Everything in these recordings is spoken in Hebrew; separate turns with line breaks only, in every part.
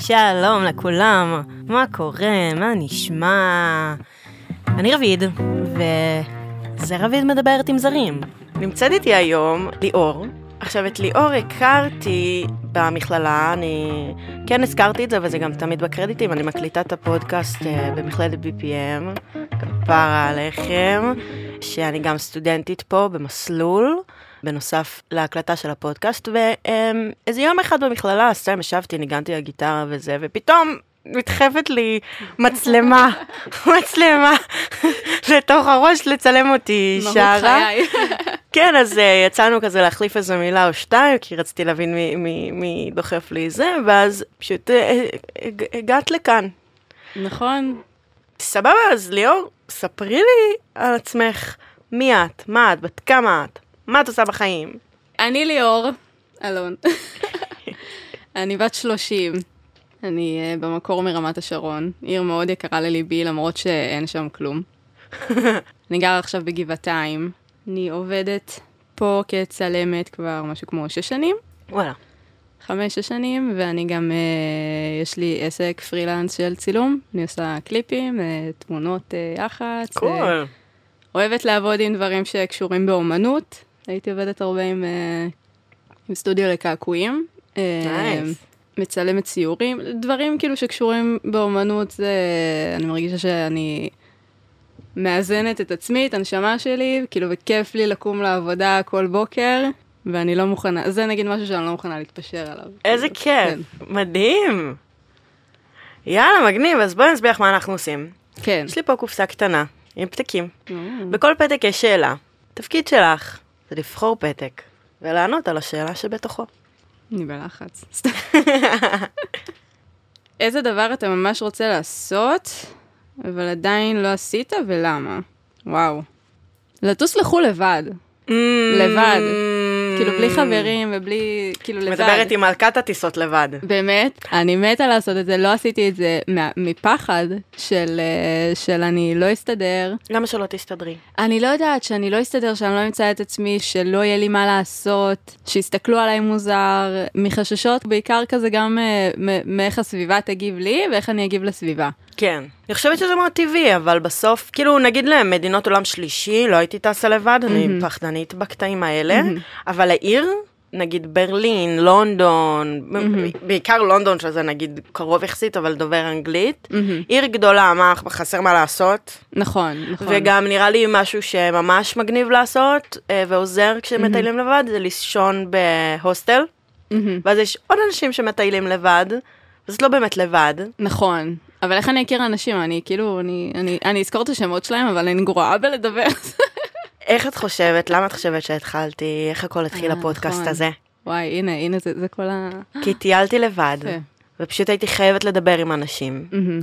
שלום לכולם, מה קורה, מה נשמע? אני רביד, וזה רביד מדברת עם זרים.
נמצאת איתי היום ליאור. עכשיו, את ליאור הכרתי במכללה, אני כן הזכרתי את זה, וזה גם תמיד בקרדיטים, אני מקליטה את הפודקאסט אה, במכללת BPM, כפרה עליכם, שאני גם סטודנטית פה במסלול, בנוסף להקלטה של הפודקאסט, ואיזה יום אחד במכללה, סתם ישבתי, ניגנתי על גיטרה וזה, ופתאום... נדחפת לי מצלמה, מצלמה, לתוך הראש לצלם אותי שרה. כן, אז אה, יצאנו כזה להחליף איזה מילה או שתיים, כי רציתי להבין מי, מי, מי דוחף לי זה, ואז פשוט אה, אה, הג- הגעת לכאן.
נכון.
סבבה, אז ליאור, ספרי לי על עצמך, מי את, מה את, בת כמה את, מה את עושה בחיים.
אני ליאור אלון. אני בת 30. אני אה, במקור מרמת השרון, עיר מאוד יקרה לליבי, למרות שאין שם כלום. אני גרה עכשיו בגבעתיים. אני עובדת פה כצלמת כבר משהו כמו שש שנים,
וואלה.
חמש, שש שנים, ואני גם, אה, יש לי עסק פרילנס של צילום. אני עושה קליפים, אה, תמונות אה, יח"צ. אה,
קול.
אוהבת לעבוד עם דברים שקשורים באומנות. הייתי עובדת הרבה עם, אה, עם סטודיו לקעקועים. אה,
Nice.
מצלמת ציורים, דברים כאילו שקשורים באומנות, זה... אני מרגישה שאני מאזנת את עצמי, את הנשמה שלי, כאילו, וכיף לי לקום לעבודה כל בוקר, ואני לא מוכנה, זה נגיד משהו שאני לא מוכנה להתפשר עליו.
איזה
כאילו,
כיף, מדהים. יאללה, מגניב, אז בואי נסביר לך מה אנחנו עושים.
כן.
יש לי פה קופסה קטנה, עם פתקים.
כן.
בכל פתק יש שאלה. תפקיד שלך זה לבחור פתק ולענות על השאלה שבתוכו.
אני בלחץ. סתם. איזה דבר אתה ממש רוצה לעשות, אבל עדיין לא עשית, ולמה? וואו. לטוס לחו"ל לבד. אמ, לבד. כאילו, בלי חברים ובלי... כאילו, לבד.
Mm. מדברת עם מלכת הטיסות לבד.
באמת, אני מתה לעשות את זה, לא עשיתי את זה מה- מפחד של, אה, של אני לא אסתדר.
למה שלא תסתדרי?
אני לא יודעת שאני לא אסתדר, שאני לא אמצא את עצמי, שלא יהיה לי מה לעשות, שיסתכלו עליי מוזר, מחששות בעיקר כזה גם אה, מ- מאיך הסביבה תגיב לי ואיך אני אגיב לסביבה.
כן. אני חושבת שזה מאוד טבעי, אבל בסוף, כאילו, נגיד למדינות עולם שלישי, לא הייתי טסה לבד, אני
מהמם.
פחדנית בקטעים האלה, אבל העיר, נגיד ברלין, לונדון, בעיקר לונדון, שזה נגיד קרוב יחסית, אבל דובר אנגלית, עיר גדולה, מה חסר מה לעשות?
נכון, נכון.
וגם נראה לי משהו שממש מגניב לעשות אה, ועוזר כשמטיילים לבד זה לישון בהוסטל
מהמם.
ואז יש עוד אנשים שמטיילים לבד אז את לא באמת לבד.
נכון. אבל איך אני אכיר אנשים? אני כאילו, אני, אני, אני אזכור את השמות שלהם, אבל אני גרועה בלדבר.
איך את חושבת למה את חושבת שהתחלתי איך הכל התחיל
אה,
הפודקאסט
נכון.
הזה
וואי, הנה, הנה, זה, זה כל ה...
כי טיילתי לבד
יפה.
ופשוט הייתי חייבת לדבר עם אנשים
מהמם.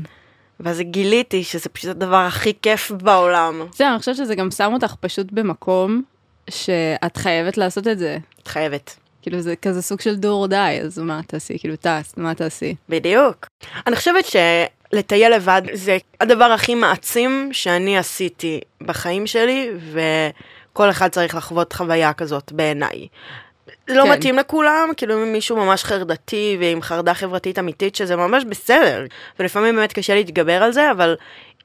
ואז גיליתי שזה פשוט הדבר הכי כיף בעולם
זהו, אני חושבת שזה גם שם אותך פשוט במקום שאת חייבת לעשות את זה.
את חייבת.
כאילו זה כזה סוג של do or die, אז מה תעשי? כאילו טס, מה תעשי?
בדיוק. אני חושבת שלטייל לבד זה הדבר הכי מעצים שאני עשיתי בחיים שלי, וכל אחד צריך לחוות חוויה כזאת בעיניי. לא
כן.
מתאים לכולם, כאילו אם מישהו ממש חרדתי ועם חרדה חברתית אמיתית, שזה ממש בסדר, ולפעמים באמת קשה להתגבר על זה, אבל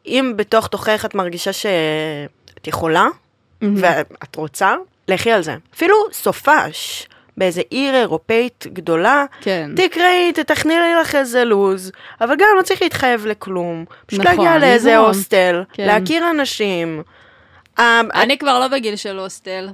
אם בתוך תוכך את מרגישה שאת יכולה,
Mm-hmm.
ואת רוצה, לכי על זה. אפילו סופש באיזה עיר אירופאית גדולה,
כן.
תקראי, תתכני לך איזה לו"ז, אבל גם לא צריך להתחייב לכלום. פשוט
נכון,
להגיע לאיזה
לזרום.
הוסטל,
כן.
להכיר אנשים. אה,
אני כבר לא בגיל של הוסטל.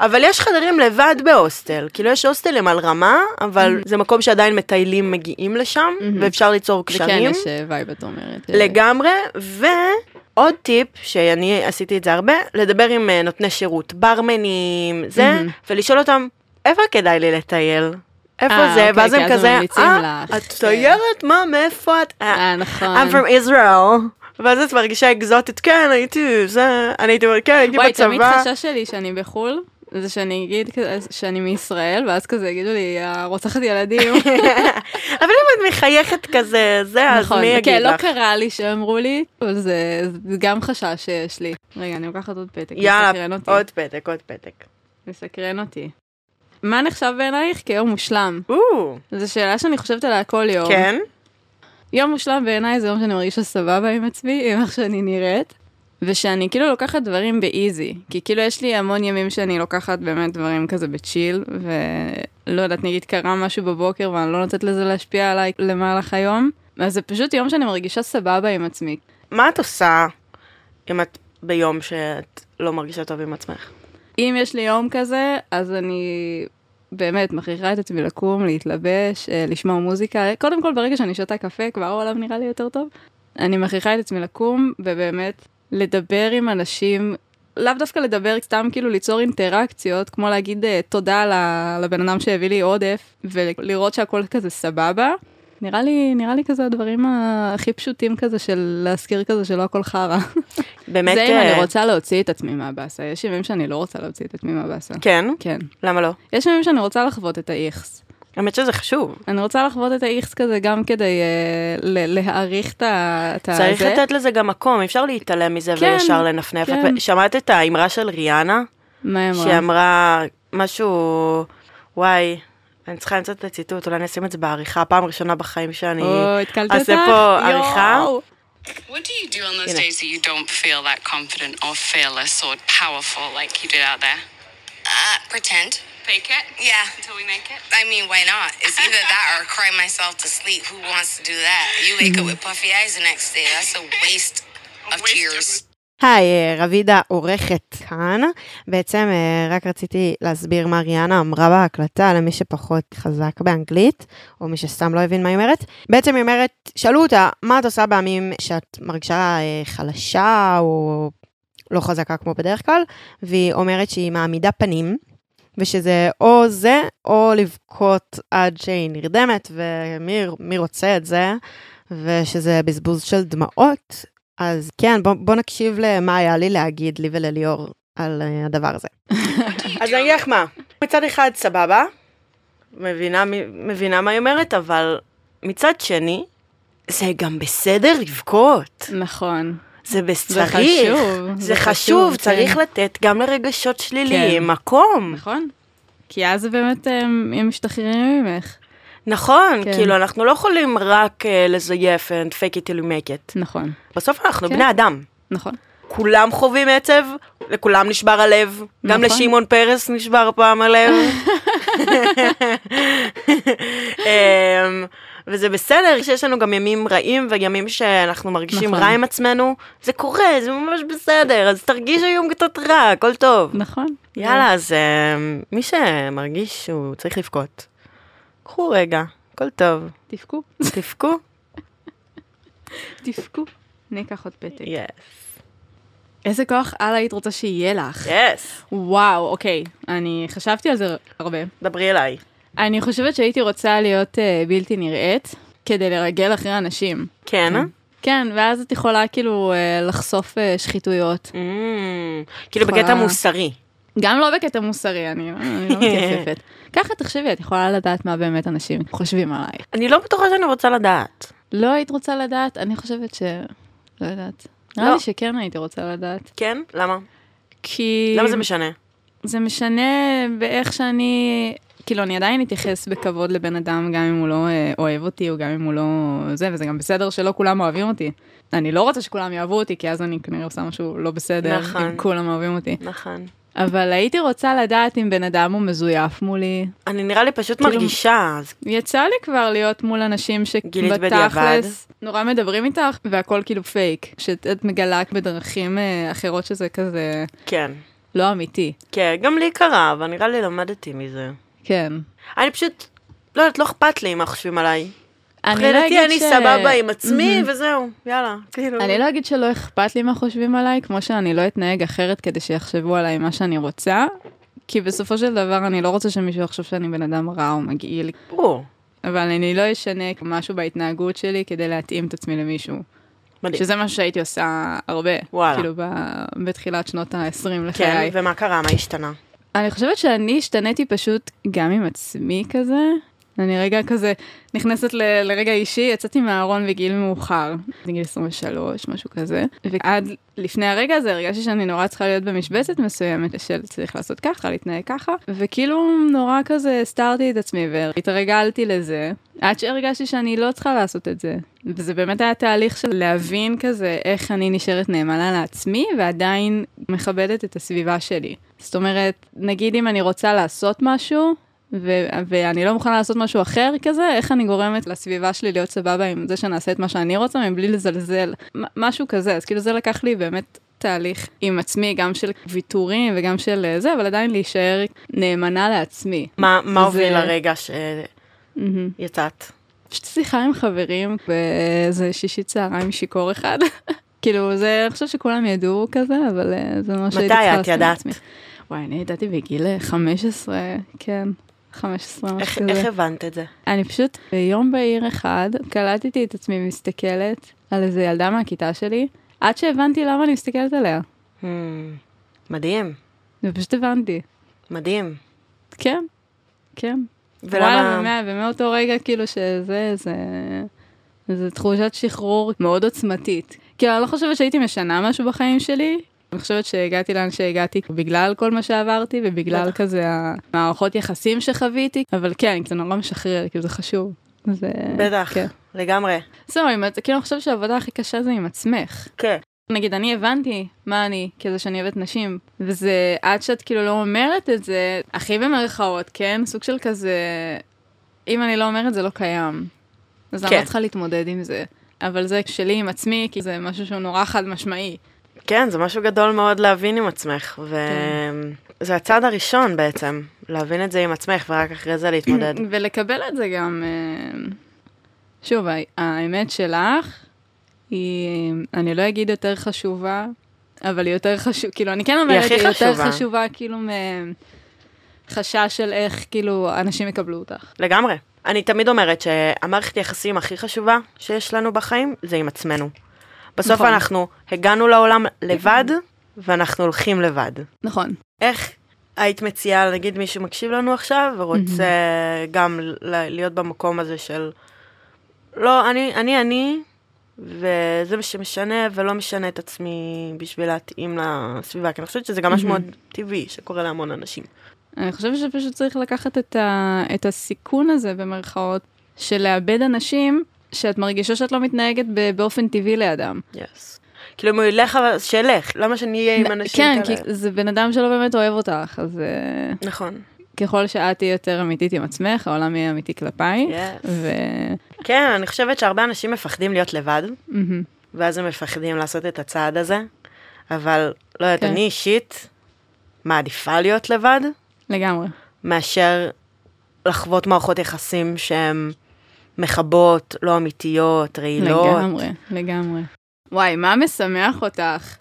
אבל יש חדרים לבד בהוסטל, כאילו יש הוסטלים על רמה, אבל
Mm-hmm.
זה מקום שעדיין מטיילים מגיעים לשם, ואפשר ליצור
וכן,
קשרים.
יש אה, וייב, את אומרת. אה,
לגמרי, ועוד טיפ, שאני עשיתי את זה הרבה, לדבר עם אה, נותני שירות, ברמנים, זה,
מהמם.
ולשאול אותם, איפה כדאי לי לטייל? איפה
אה,
זה?
אוקיי,
ואז
כי
הם
אז הם
כזה,
ממליצים
אה,
לך." כן.
את תיירת? מה, מאיפה את? אה,
אה, נכון.
I'm from Israel. ואז את מרגישה אקזוטית, כן, הייתי, זה, אני הייתי, כן, הייתי
וואי, תמיד
בצבא.
חשש שלי שאני בחו"ל, זה שאני אגיד כזה- שאני מישראל, ואז כזה יגידו לי, "אה, רוצחת ילדים.
אבל אם את מחייכת כזה, זה, אז
נכון,
מי יגיד
כן, לא
לך?
קרה לי שאמרו לי, אבל זה זה גם חשש שיש לי. רגע, אני לוקחת עוד פתק,
יאללה,
מסקרן אותי.
עוד פתק, עוד פתק.
מסקרן אותי. מה נחשב בעינייך כיום מושלם?
או,
זו שאלה שאני חושבת עליה כל יום.
כן?
יום מושלם בעיניי זה יום שאני מרגישה סבבה עם עצמי, עם איך שאני נראית, ושאני כאילו לוקחת דברים באיזי, כי כאילו יש לי המון ימים שאני לוקחת באמת דברים כזה בצ'יל, ולא יודעת, נגיד קרה משהו בבוקר ואני לא נותנת לזה להשפיע עליי למהלך היום, אז זה פשוט יום שאני מרגישה סבבה עם עצמי.
מה את עושה אם את ביום שאת לא מרגישה טוב עם עצמך?
אם יש לי יום כזה, אז אני באמת מכריחה את עצמי לקום, להתלבש, אה, לשמוע מוזיקה. קודם כל, ברגע שאני שותה קפה, כבר העולם נראה לי יותר טוב. אני מכריחה את עצמי לקום, ובאמת לדבר עם אנשים, לאו דווקא לדבר, סתם כאילו ליצור אינטראקציות, כמו להגיד אה, תודה ל- לבן אדם שהביא לי עודף, ולראות שהכל כזה סבבה. נראה לי, נראה לי כזה הדברים ה- הכי פשוטים כזה של להזכיר כזה שלא הכל חרא.
באמת...
זה אם
אה,
אני רוצה להוציא את עצמי מהבאסה, יש ימים שאני לא רוצה להוציא את עצמי מהבאסה.
כן?
כן.
למה לא?
יש ימים שאני רוצה לחוות את האיכס.
האמת שזה חשוב.
אני רוצה לחוות את האיכס כזה גם כדי אה, ל- להעריך את ה... את הזה.
צריך לתת לזה גם מקום, אי אפשר להתעלם מזה
אה, כן,
וישר לנפנף.
כן.
את- שמעת את האמרה של ריאנה?
מה היא אמרה?
שאמרה משהו, וואי, אני צריכה למצוא את הציטוט, אולי אני אשים את זה בעריכה, פעם ראשונה בחיים שאני...
או, התקלת אותך?
אעשה פה עריכה.
יואו.
What do you do on those
You know.
days that you don't feel that confident or fearless or powerful like you did out there?
Uh, pretend.
Fake it
Yeah.
until we make it.
I mean, why not? It's either that or cry myself to sleep. Who wants to do that? You wake up with puffy eyes the next day. That's a waste of
waste of-
tears.
היי, אה, רבידה עורכת כאן. בעצם אה, רק רציתי להסביר מה ריאנה אמרה בהקלטה למי שפחות חזק באנגלית, או מי שסתם לא הבין מה היא אומרת. בעצם היא אומרת, שאלו אותה, מה את עושה בימים שאת מרגישה אה, חלשה או לא חזקה כמו בדרך כלל, והיא אומרת שהיא מעמידה פנים, ושזה או זה, או לבכות עד שהיא נרדמת, ומי מי רוצה את זה, ושזה בזבוז של דמעות, אז כן, בוא, בוא נקשיב למה היה לי להגיד לי ולליאור על אה, הדבר הזה. אז אני אגיד לך מה, מצד אחד סבבה, מבינה, מ- מבינה מה היא אומרת, אבל מצד שני, זה גם בסדר לבכות.
נכון.
זה
זה
צריך,
חשוב.
זה חשוב, צריך
כן.
לתת גם לרגשות שליליים
כן.
מקום.
נכון. כי אז זה באמת אה, הם משתחררים ממך.
נכון,
כן.
כאילו אנחנו לא יכולים רק אה, לזייף and fake it till you make it.
נכון.
בסוף אנחנו
כן.
בני אדם.
נכון.
כולם חווים עצב, לכולם נשבר הלב. גם
נכון.
לשמעון פרס נשבר פעם הלב. אמ, וזה בסדר שיש לנו גם ימים רעים וימים שאנחנו מרגישים
נכון.
רע עם עצמנו. זה קורה, זה ממש בסדר, אז תרגיש היום קצת רע, הכל טוב.
נכון.
יאללה, אז אמ, מי שמרגיש שהוא צריך לבכות, קחו רגע, הכל טוב,
תבכו.
תבכו.
תבכו. אני אקח עוד פתק.
יס.
איזה כוח על היית רוצה שיהיה לך?
יס.
וואו, אוקיי. אני חשבתי על זה הרבה.
דברי אליי.
אני חושבת שהייתי רוצה להיות uh, בלתי נראית כדי לרגל אחרי אנשים.
כן?
כן, ואז את יכולה כאילו uh, לחשוף uh, שחיתויות.
אמ, כאילו בקטע
יכולה-
מוסרי.
גם לא בקטע מוסרי, אני, אני לא מתייפפת. ככה תחשבי, את יכולה לדעת מה באמת אנשים חושבים עלייך.
אני לא בטוחה שאני רוצה לדעת.
לא היית רוצה לדעת? אני חושבת ש... לא יודעת. נראה
לא.
לי שכן הייתי רוצה לדעת.
כן? למה?
כי...
למה זה משנה?
זה משנה באיך שאני, כאילו אני עדיין אתייחס בכבוד לבן אדם גם אם הוא לא אה, אוהב אותי או גם אם הוא לא זה, וזה גם בסדר שלא כולם אוהבים אותי. אני לא רוצה שכולם יאהבו אותי כי אז אני כנראה עושה משהו לא בסדר,
נכון.
אם כולם אוהבים אותי.
נכון.
אבל הייתי רוצה לדעת אם בן אדם הוא מזויף מולי.
אני נראה לי פשוט
כאילו-
מרגישה, אז
יצא לי כבר להיות מול אנשים
גילית בדיעבד?
שבתכלס נורא מדברים איתך והכל כאילו פייק, שאת את מגלה בדרכים אה, אחרות שזה כזה
כן.
לא אמיתי.
כן, גם לי קרה, אבל נראה לי למדתי מזה.
כן.
אני פשוט, לא יודעת, לא אכפת לי מה חושבים עליי.
אני לא אגיד
מבחינתי אני
ש-
סבבה עם עצמי,
מהמם.
וזהו, יאללה. כאילו...
אני לא אגיד שלא אכפת לי מה חושבים עליי, כמו שאני לא אתנהג אחרת כדי שיחשבו עליי מה שאני רוצה, כי בסופו של דבר אני לא רוצה שמישהו יחשוב שאני בן אדם רע או מגעיל,
ברור.
אבל אני לא אשנה משהו בהתנהגות שלי כדי להתאים את עצמי למישהו.
מדהים.
שזה משהו שהייתי עושה הרבה,
וואלה.
כאילו ב- בתחילת שנות ה-20
כן,
לחיי.
ומה קרה? מה השתנה?
אני חושבת שאני השתניתי פשוט גם עם עצמי כזה. אני רגע כזה נכנסת ל, לרגע אישי, יצאתי מהארון בגיל מאוחר, בגיל 23, משהו כזה, ועד לפני הרגע הזה הרגשתי שאני נורא צריכה להיות במשבצת מסוימת של צריך לעשות ככה, להתנהג ככה, וכאילו נורא כזה הסתרתי את עצמי והתרגלתי לזה, עד שהרגשתי שאני לא צריכה לעשות את זה. וזה באמת היה תהליך של להבין כזה איך אני נשארת נאמנה לעצמי ועדיין מכבדת את הסביבה שלי. זאת אומרת, נגיד אם אני רוצה לעשות משהו, ו- ואני לא מוכנה לעשות משהו אחר כזה, איך אני גורמת לסביבה שלי להיות סבבה עם זה שנעשה את מה שאני רוצה מבלי לזלזל, מ- משהו כזה, אז כאילו זה לקח לי באמת תהליך עם עצמי, גם של ויתורים וגם של אה, זה, אבל עדיין להישאר נאמנה לעצמי.
מה מה
זה-
הוביל לרגע
מהמם.
שיצאת?
פשוט שיחה עם חברים באיזה שישי צהריים שיכור אחד. כאילו זה, אני חושבת שכולם ידעו כזה, אבל אה, זה מה
מתי
שהייתי צריכה
את
לעשות
ידעת?
לעצמי. וואי, אני ידעתי בגיל אה, 15, כן. 15 משהו
איך
כזה.
איך הבנת את זה?
אני פשוט ביום בהיר אחד קלטתי את עצמי מסתכלת על איזה ילדה מהכיתה שלי, עד שהבנתי למה אני מסתכלת עליה.
Hmm, מדהים,
ופשוט הבנתי.
מדהים.
כן, כן. וואלה,
ולמה...
ומה, ומאותו רגע כאילו שזה, זה... זה תחושת שחרור מאוד עוצמתית. כאילו, אני לא חושבת שהייתי משנה משהו בחיים שלי. אני חושבת שהגעתי לאן שהגעתי בגלל כל מה שעברתי ובגלל כזה המערכות יחסים שחוויתי, אבל כן, זה נורא משחרר, כאילו זה חשוב. זה...
בטח,
כן.
לגמרי.
זהו, עם עצ- כאילו אני חושבת שהעבודה הכי קשה זה עם עצמך.
כן.
נגיד, אני הבנתי מה אני, כזה שאני אוהבת נשים, וזה עד שאת כאילו לא אומרת את זה, הכי במרכאות, כן? סוג של כזה, אם אני לא אומרת זה לא קיים. אז אני
כן.
לא צריכה להתמודד עם זה. אבל זה שלי עם עצמי, כי זה משהו שהוא נורא חד משמעי.
כן, זה משהו גדול מאוד להבין עם עצמך, וזה הצעד הראשון בעצם, להבין את זה עם עצמך ורק אחרי זה להתמודד.
ולקבל את זה גם, אה, שוב, ה- האמת שלך היא, אני לא אגיד יותר חשובה, אבל היא יותר חשובה, כאילו, אני כן אומרת,
הכי
היא יותר
חשובה.
חשובה, כאילו, מחשש של איך, כאילו, אנשים יקבלו אותך.
לגמרי. אני תמיד אומרת שהמערכת יחסים הכי חשובה שיש לנו בחיים זה עם עצמנו. בסוף
נכון.
אנחנו הגענו לעולם לבד, ואנחנו הולכים לבד.
נכון.
איך היית מציעה, נגיד מישהו מקשיב לנו עכשיו ורוצה גם ל- להיות במקום הזה של לא, אני אני, אני וזה מה שמשנה ולא משנה את עצמי בשביל להתאים לסביבה, כי אני חושבת שזה גם משהו מאוד טבעי שקורה להמון אנשים.
אני חושבת שפשוט צריך לקחת את, ה, את הסיכון הזה, במרכאות, של לאבד אנשים שאת מרגישה שאת לא מתנהגת ב, באופן טבעי לידם.
יס. כאילו אם הוא ילך, אבל שילך, למה שאני אהיה עם אנשים
כן, כי
כאלה?
זה בן אדם שלא באמת אוהב אותך, אז... אה,
נכון.
ככל שאת תהיי יותר אמיתית עם עצמך, העולם יהיה אמיתי כלפייך.
Yes.
ו...
כן, אני חושבת שהרבה אנשים מפחדים להיות לבד,
מהמם.
ואז הם מפחדים לעשות את הצעד הזה, אבל לא יודעת,
כן.
אני אישית מעדיפה להיות לבד,
לגמרי.
מאשר לחוות מערכות יחסים שהן מכבות, לא אמיתיות, רעילות.
לגמרי, לגמרי. וואי, מה משמח אותך?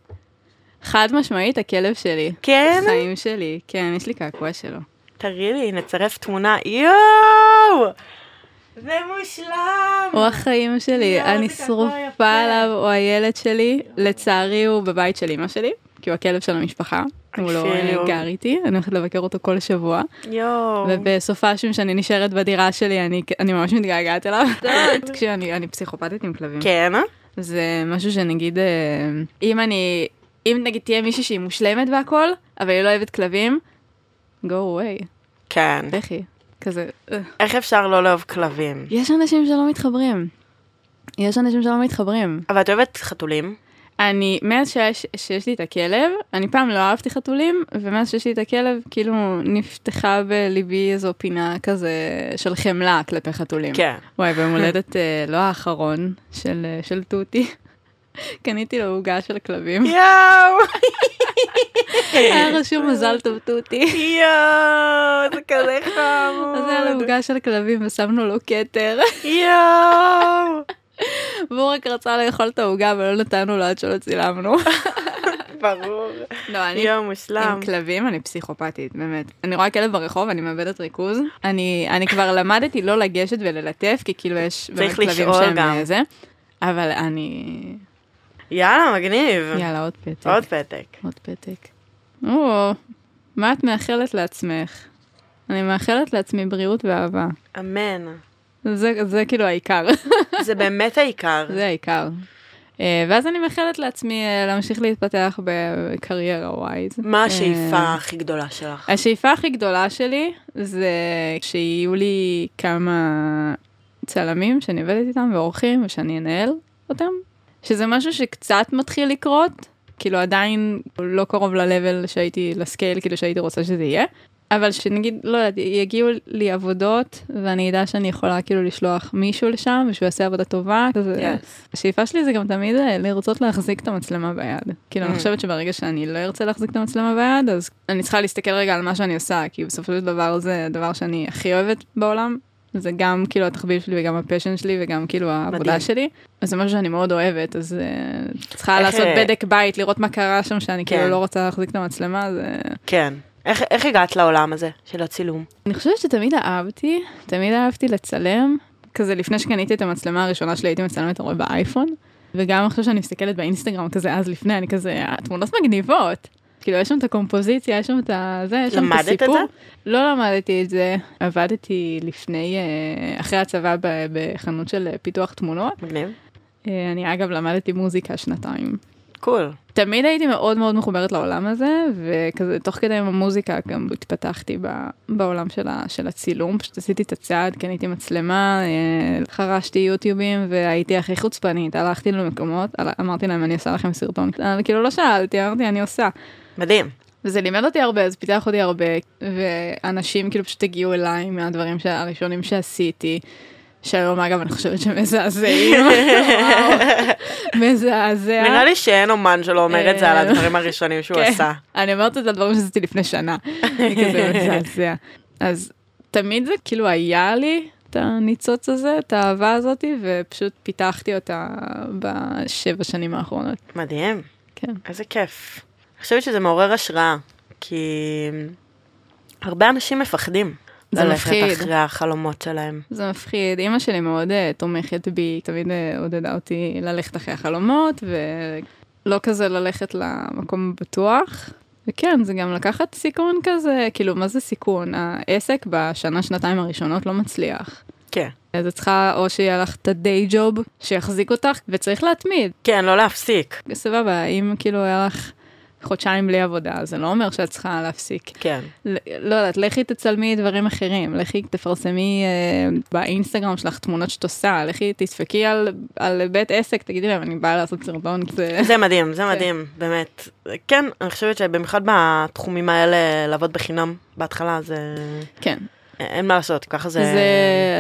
חד משמעית, הכלב שלי.
כן? אה.
חיים שלי. כן, יש לי קעקוע שלו.
תראי לי, נצרף תמונה, יואו! זה מושלם!
הוא החיים שלי,
יואו,
אני
זה קעקוע יפה.
שרופה עליו, הוא הילד שלי. לצערי הוא בבית של אמא שלי, כי הוא הכלב של המשפחה. הוא לא אה,
אפילו.
גר איתי, אני הולכת לבקר אותו כל שבוע.
יואו.
ובסופ"שים שאני נשארת בדירה שלי, אני, אני ממש מתגעגעת אליו. תקשיב, אני, אני פסיכופתית עם כלבים.
נכון. כן? אה?
זה משהו שנגיד, אה, אם אני, אם נגיד תהיה מישהי שהיא מושלמת והכל, אבל היא לא אוהבת כלבים, go away,
כן.
לכי. כזה, אה.
איך אפשר לא לאהוב כלבים?
יש אנשים שלא מתחברים. יש אנשים שלא מתחברים.
אבל את אוהבת חתולים?
אני, מאז שיש, שיש לי את הכלב, אני פעם לא אהבתי חתולים, ומאז שיש לי את הכלב, כאילו נפתחה בליבי איזו פינה כזה של חמלה כלפי חתולים.
כן.
וואי, ביום הולדת אה, לא האחרון של, אה, של תותי, קניתי לו עוגה של כלבים.
יואו!
היה רשום מזל טוב תותי.
יואו! זה כזה חמוד!
אז היה לו עוגה של כלבים ושמנו לו כתר,
יואו!
והוא רק רצה לאכול את העוגה ולא נתנו לו עד שלא צילמנו.
ברור.
לא, אני
יואו, מושלם.
עם כלבים אני פסיכופתית, באמת. אני רואה כלב ברחוב, אני מאבדת ריכוז. אני, אני כבר למדתי לא לגשת וללטף, כי כאילו יש
צריך
באמת כלבים
לשאול
שהם
גם.
אה, זה. אבל אני...
יאללה, מגניב.
יאללה, עוד פתק.
עוד פתק.
עוד פתק. או, מה את מאחלת לעצמך? אני מאחלת לעצמי בריאות ואהבה.
אמן.
זה, זה כאילו העיקר,
זה באמת העיקר.
זה העיקר. אה, ואז אני מאחלת לעצמי אה, להמשיך להתפתח בקריירה ווייז.
מה
אה,
השאיפה הכי גדולה שלך?
השאיפה הכי גדולה שלי זה שיהיו לי כמה צלמים שאני עובדת איתם ועורכים ושאני אנהל אותם, שזה משהו שקצת מתחיל לקרות, כאילו עדיין לא קרוב ל-level שהייתי, לסקייל כאילו שהייתי רוצה שזה יהיה, אבל שנגיד, לא יודעת, יגיעו לי עבודות ואני אדע שאני יכולה כאילו לשלוח מישהו לשם ושהוא יעשה עבודה טובה, אז
Yes.
השאיפה שלי זה גם תמיד אה, לרצות להחזיק את המצלמה ביד. כאילו, אני
Mm.
חושבת שברגע שאני לא ארצה להחזיק את המצלמה ביד, אז אני צריכה להסתכל רגע על מה שאני עושה, כי בסופו של דבר זה הדבר שאני הכי אוהבת בעולם. זה גם כאילו התחביב שלי וגם הפשן שלי וגם כאילו העבודה
מדהים.
שלי. אז זה משהו שאני מאוד אוהבת, אז אה, צריכה
איך,
לעשות
אה,
בדק בית, לראות מה קרה שם, שאני
כן.
כאילו לא רוצה להחזיק את המצלמה, זה...
כן. איך- איך הגעת לעולם הזה של הצילום?
אני חושבת שתמיד אהבתי, תמיד אהבתי לצלם. כזה לפני שקניתי את המצלמה הראשונה שלי הייתי מצלמת הרבה באייפון. וגם עכשיו שאני מסתכלת באינסטגרם כזה אז לפני, אני כזה, התמונות מגניבות. כאילו יש שם את הקומפוזיציה, יש שם את הזה, יש שם את
למדת את
הסיפור.
זה?
לא למדתי את זה. עבדתי לפני, אה, אחרי הצבא ב- בחנות של אה, פיתוח תמונות.
מגניב.
אה, אני אגב למדתי מוזיקה שנתיים.
קול.
תמיד הייתי מאוד מאוד מחוברת לעולם הזה, וכזה תוך כדי עם המוזיקה גם התפתחתי ב, בעולם של, ה, של הצילום, פשוט עשיתי את הצעד, קניתי מצלמה, אה, חרשתי יוטיובים והייתי הכי חוצפנית, הלכתי למקומות, על- אמרתי להם אני עושה לכם סרטון, אה, כאילו לא שאלתי, אמרתי אני עושה.
מדהים.
וזה לימד אותי הרבה, אז פיתח אותי הרבה, ואנשים כאילו פשוט הגיעו אליי מהדברים ש- הראשונים שעשיתי, שהיום אגב אני חושבת שמזעזעים, וואו, מזעזע.
נראה לי שאין אומן שלא אומר את זה על הדברים הראשונים שהוא
אה? כן.
עשה.
אני אומרת את הדברים שעשיתי לפני שנה. זה כזה מזעזע. אז תמיד זה כאילו היה לי את הניצוץ הזה, את האהבה הזאת, ופשוט פיתחתי אותה בשבע שנים האחרונות.
מדהים.
כן.
איזה כיף. אני חושבת שזה מעורר השראה, כי הרבה אנשים מפחדים.
זה
ללכת
מפחיד.
אחרי החלומות שלהם.
זה מפחיד. אימא שלי מאוד אה, תומכת בי, היא תמיד אה, עודדה אותי ללכת אחרי החלומות, ולא כזה ללכת למקום הבטוח. וכן, זה גם לקחת סיכון כזה, כאילו, מה זה סיכון? העסק בשנה, שנתיים הראשונות לא מצליח.
כן.
אז את צריכה או שיהיה לך את הדיי ג'וב שיחזיק אותך, וצריך להתמיד.
כן, לא להפסיק.
סבבה, אם כאילו היה לך חודשיים בלי עבודה, אז זה לא אומר שאת צריכה להפסיק.
כן.
ל- לא יודעת, לכי תצלמי דברים אחרים, לכי תפרסמי אה, באינסטגרם שלך תמונות שאת עושה, לכי תדפקי על, על בית עסק, תגידי להם, אני באה לעשות סרטון, זה...
זה מדהים,
כן.
זה מדהים, באמת. כן, אני חושבת שבמיוחד בתחומים האלה, לעבוד בחינם בהתחלה, זה...
כן.
אין מה לעשות, ככה זה...
זה,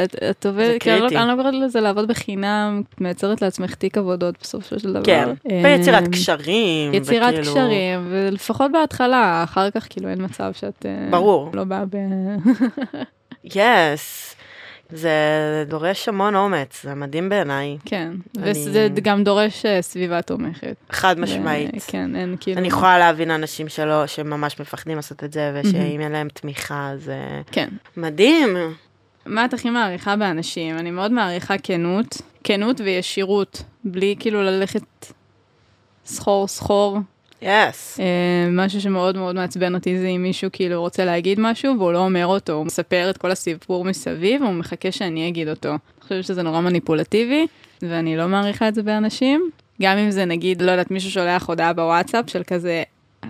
את, את
זה
עובדת, כאילו, אני לא-
קריטי.
אני לא קוראת לזה לעבוד בחינם, את מייצרת לעצמך תיק עבודות בסופו של דבר.
כן.
אה,
ויצירת קשרים.
יצירת
וכאילו-
קשרים, ולפחות בהתחלה, אחר כך כאילו אין מצב שאת... אה,
ברור.
לא באה ב... לא.
יס. זה דורש המון אומץ, זה מדהים בעיניי,
כן,
אני-
וזה גם דורש אה, סביבה תומכת.
חד
אה,
משמעית.
כן, אין כאילו...
אני יכולה להבין אנשים שלא, שממש מפחדים לעשות את זה, ושאם אין להם תמיכה זה
כן.
מדהים.
מה את הכי מעריכה באנשים? אני מאוד מעריכה כנות, כנות וישירות, בלי כאילו ללכת סחור סחור.
יס.
אה, משהו שמאוד מאוד מעצבן אותי זה אם מישהו כאילו רוצה להגיד משהו והוא לא אומר אותו, הוא מספר את כל הסיפור מסביב, הוא מחכה שאני אגיד אותו. אני חושבת שזה נורא מניפולטיבי, ואני לא מעריכה את זה באנשים. גם אם זה נגיד, לא יודעת, מישהו שולח הודעה בוואטסאפ של כזה,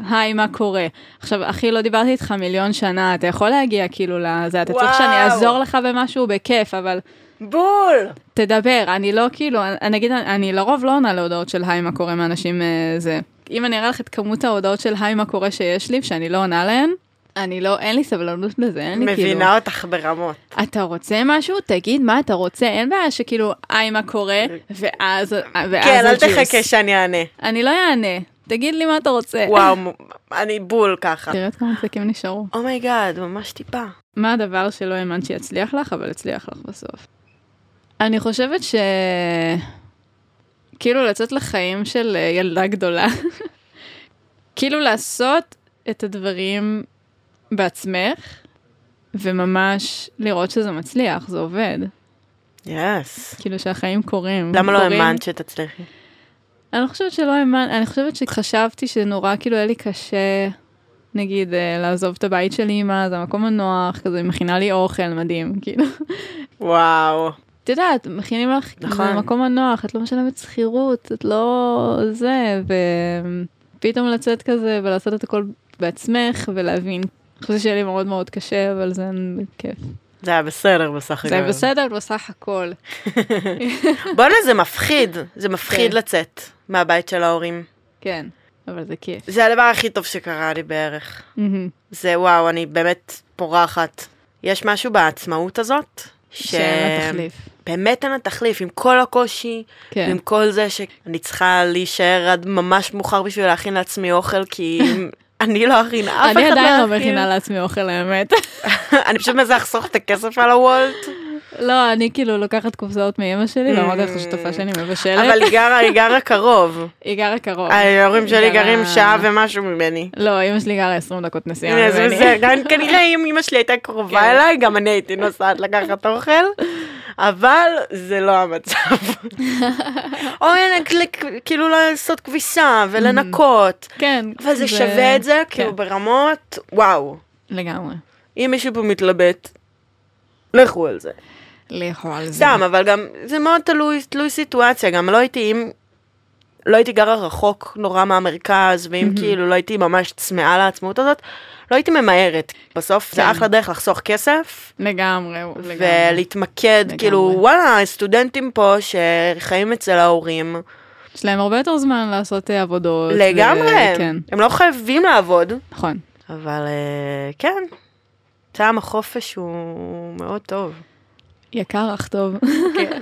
היי, מה קורה? עכשיו, אחי, לא דיברתי איתך מיליון שנה, אתה יכול להגיע כאילו לזה, אתה צריך שאני
וואו.
אעזור לך במשהו בכיף, אבל
בול!
תדבר, אני לא כאילו, אני- נגיד, אני, אני לרוב לא עונה להודעות של היי מה קורה מאנשים אה, זה. אם אני אראה לך את כמות ההודעות של היי מה קורה שיש לי, שאני לא עונה להן, אני לא, אין לי סבלנות לזה, אין לי כאילו...
מבינה אותך ברמות.
אתה רוצה משהו? תגיד מה אתה רוצה, אין בעיה שכאילו, היי מה קורה, ואז, ואז
כן, אל
הג'וס.
תחכה שאני אענה.
אני לא אענה, תגיד לי מה אתה רוצה.
וואו, מ- אני בול ככה.
תראה את כמה פסקים נשארו.
אומייגאד, ממש טיפה.
מה הדבר שלא האמנת שיצליח לך, אבל הצליח לך בסוף? אני חושבת ש... כאילו לצאת לחיים של אה, ילדה גדולה. כאילו לעשות את הדברים בעצמך, וממש לראות שזה מצליח, זה עובד.
יס.
כאילו שהחיים קורים.
למה לא
קורים.
האמנת שתצליחי?
אני לא חושבת שלא האמנתי, אני חושבת שחשבתי שנורא כאילו היה לי קשה נגיד, אה, לעזוב את הבית של אימא, זה המקום הנוח, כזה, היא מכינה לי אוכל מדהים, כאילו.
וואו.
את יודעת, מכינים לך,
נכון.
נכון. זה המקום הנוח, את לא משלמת שכירות, את לא זה, ופתאום לצאת כזה ולעשות את הכל בעצמך ולהבין. אני חושבת שיהיה לי מאוד מאוד קשה, אבל זה כיף.
זה היה בסדר בסך הכל.
זה בסדר בסך הכל.
בואנה, זה מפחיד. זה מפחיד
כן.
לצאת מהבית של ההורים.
כן, אבל זה כיף.
זה הדבר הכי טוב שקרה לי בערך.
מהמם.
זה וואו, אני באמת פורחת. יש משהו בעצמאות הזאת, ש-
שאין לה תחליף.
באמת אין לה תחליף, עם כל הקושי,
כן.
עם כל זה שאני צריכה להישאר עד ממש מאוחר בשביל להכין לעצמי אוכל, כי אם אני לא אכין, אף אחד לא יכין.
אני עדיין לא מכינה לעצמי אוכל האמת.
אני פשוט מנסה לחסוך את הכסף על הוולט.
לא, אני כאילו לוקחת קופסאות מאמא שלי, למרות איך השותפה שלי מבשלת.
אבל אה, היא גרה, היא גרה קרוב.
היא גרה קרוב.
ההורים שלי
היא גרה-
גרים שעה ומשהו ממני.
לא, אמא שלי גרה 20 דקות נסיעה
הנה, זה
ממני. כן.
זה, גם- כנראה אם אמא שלי הייתה קרובה אליי, גם אני הייתי נוסעת לקחת אוכל, אבל זה לא המצב. או הנה, כל- כאילו לעשות כביסה ולנקות,
כן.
אבל זה שווה את זה, כאילו ברמות, וואו.
לגמרי.
אם מישהו פה מתלבט, לכו על זה.
לאכול על זה.
סתם, אבל גם זה מאוד תלוי, תלוי סיטואציה, גם לא הייתי אם... לא הייתי גרה רחוק נורא מהמרכז, ואם כאילו לא הייתי ממש צמאה לעצמאות הזאת, לא הייתי ממהרת. בסוף זה אחלה דרך לחסוך כסף,
כן. לגמרי, לגמרי.
ולהתמקד,
לגמרי.
כאילו, וואלה, סטודנטים פה שחיים אצל ההורים,
יש להם הרבה יותר זמן לעשות אה, עבודות. ו-
לגמרי,
כן,
הם לא חייבים לעבוד,
נכון.
אבל אה, כן, טעם החופש הוא מאוד טוב.
יקר אך טוב.
כן.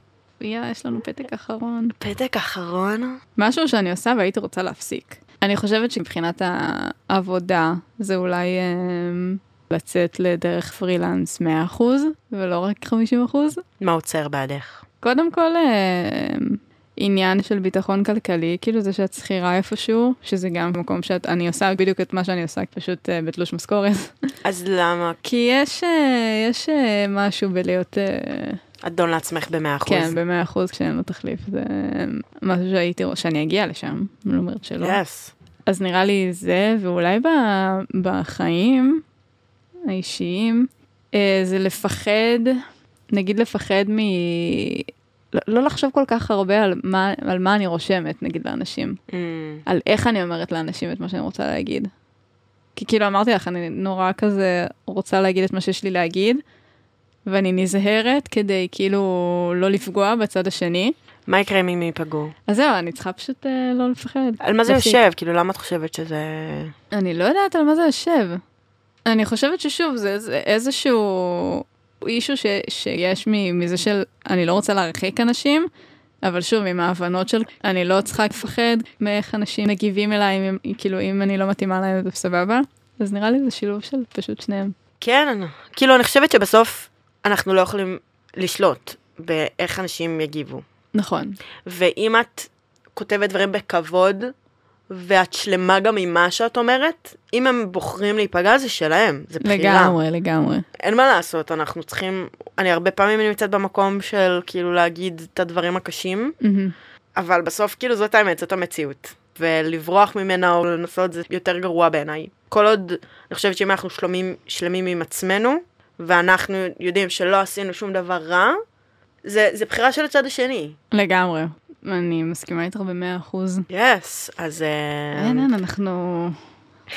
יא, יש לנו פתק אחרון.
פתק אחרון?
משהו שאני עושה והייתי רוצה להפסיק. אני חושבת שמבחינת העבודה זה אולי אמ, לצאת לדרך פרילנס 100% ולא רק 50%.
מה עוצר בעדך?
קודם כל אמ, עניין של ביטחון כלכלי, כאילו זה שאת שכירה איפשהו, שזה גם מקום שאת, אני עושה בדיוק את מה שאני עושה, פשוט אה, בתלוש משכורת.
אז למה
כי יש, אה, יש אה, משהו בלהיות, אה,
אדון לעצמך במאה אחוז.
כן, ב-100% כשאין לו תחליף, זה אה, משהו שהייתי, שאני אגיע לשם, אני לא אומרת שלא.
יס.
אז נראה לי זה, ואולי ב, בחיים האישיים, אה, זה לפחד, נגיד לפחד מ... לא, לא לחשוב כל כך הרבה על מה, על מה אני רושמת, נגיד, לאנשים.
אה.
על איך אני אומרת לאנשים את מה שאני רוצה להגיד. כי כאילו אמרתי לך, אני נורא כזה רוצה להגיד את מה שיש לי להגיד, ואני נזהרת כדי כאילו לא לפגוע בצד השני.
מה יקרה אם הם ייפגעו?
אז זהו, אני צריכה פשוט אה, לא לפחד.
על מה זה
להפסיק.
יושב? כאילו, למה את חושבת שזה...
אני לא יודעת על מה זה יושב. אני חושבת ששוב, זה, זה איזשהו אישו ש, שיש מ- מזה של אני לא רוצה להרחיק אנשים, אבל שוב, עם ההבנות של אני לא צריכה לפחד מאיך אנשים מגיבים אליי, אם, הם- כאילו אם אני לא מתאימה להם זה סבבה. אז נראה לי זה שילוב של פשוט שניהם.
כן, כאילו, אני חושבת שבסוף אנחנו לא יכולים לשלוט באיך אנשים יגיבו.
נכון,
ואם את כותבת דברים בכבוד, ואת שלמה גם עם מה שאת אומרת, אם הם בוחרים להיפגע זה שלהם, זה בחירה.
לגמרי, לגמרי.
אין מה לעשות, אנחנו צריכים... אני הרבה פעמים נמצאת במקום של כאילו להגיד את הדברים הקשים,
מהמם.
אבל בסוף כאילו זאת האמת, זאת המציאות. ולברוח ממנה או לנסות זה יותר גרוע בעיניי. כל עוד, אני חושבת שאם אנחנו שלמים, שלמים עם עצמנו, ואנחנו יודעים שלא עשינו שום דבר רע, זה, זה בחירה של הצד השני.
לגמרי. אני מסכימה איתך במאה אחוז.
יס, yes, אז... אה,
אין, אין, אנחנו...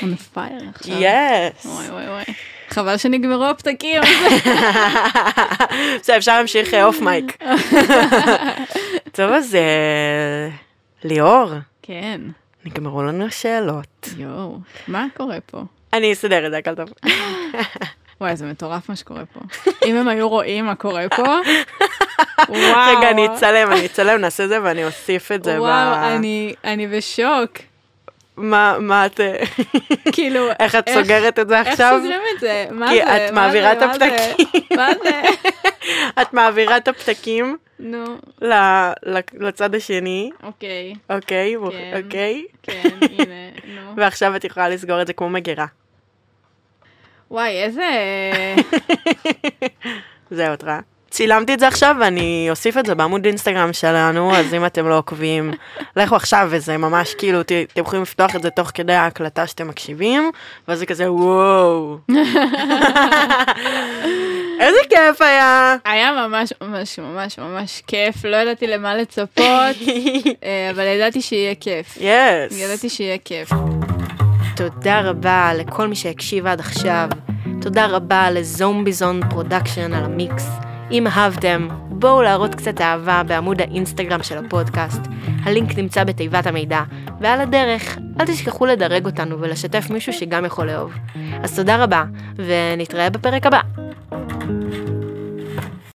on fire עכשיו.
יס.
וואי וואי וואי. חבל שנגמרו הפתקים.
בסדר, אפשר להמשיך אה, אוף מייק. טוב, אז אה, ליאור,
כן.
נגמרו לנו השאלות.
יואו, מה קורה פה?
אני אסדר את זה, הכל טוב.
וואי, זה מטורף מה שקורה פה. אם הם היו רואים מה קורה פה, וואו.
רגע, אני אצלם, אני אצלם, נעשה זה ואני אוסיף את זה. ב-
וואו, אני- אני בשוק.
מה, מה את, אה,
כאילו,
איך את סוגרת את זה
איך
עכשיו?
סוגרים את זה? מה
כי
זה?
את
מה זה?
מעבירה את
מה זה?
הפתקים.
מה זה?
את מעבירה את הפתקים
נו,
ל- ל- לצד השני,
אוקיי,
אוקיי? ו-
כן.
אוקיי?
כן, הנה, נו.
ועכשיו את יכולה לסגור את זה כמו מגירה.
וואי, איזה...
זהו, את רואה?
צילמתי את זה עכשיו ואני אוסיף את זה בעמוד אינסטגרם שלנו, אז אם אתם לא עוקבים, לכו עכשיו וזה ממש כאילו, ת- אתם יכולים לפתוח את זה תוך כדי ההקלטה שאתם מקשיבים, ואז זה כזה וואו. איזה כיף היה.
היה ממש ממש ממש ממש כיף, לא ידעתי למה לצפות, אה, אבל ידעתי שיהיה כיף.
יס.
ידעתי שיהיה כיף.
תודה רבה לכל מי שהקשיב עד עכשיו. תודה רבה לזומביזון פרודקשן על המיקס. אם אהבתם, בואו להראות קצת אהבה בעמוד האינסטגרם של הפודקאסט. הלינק נמצא בתיבת המידע, ועל הדרך, אל תשכחו לדרג אותנו ולשתף מישהו שגם יכול לאהוב. אז תודה רבה, ונתראה בפרק הבא.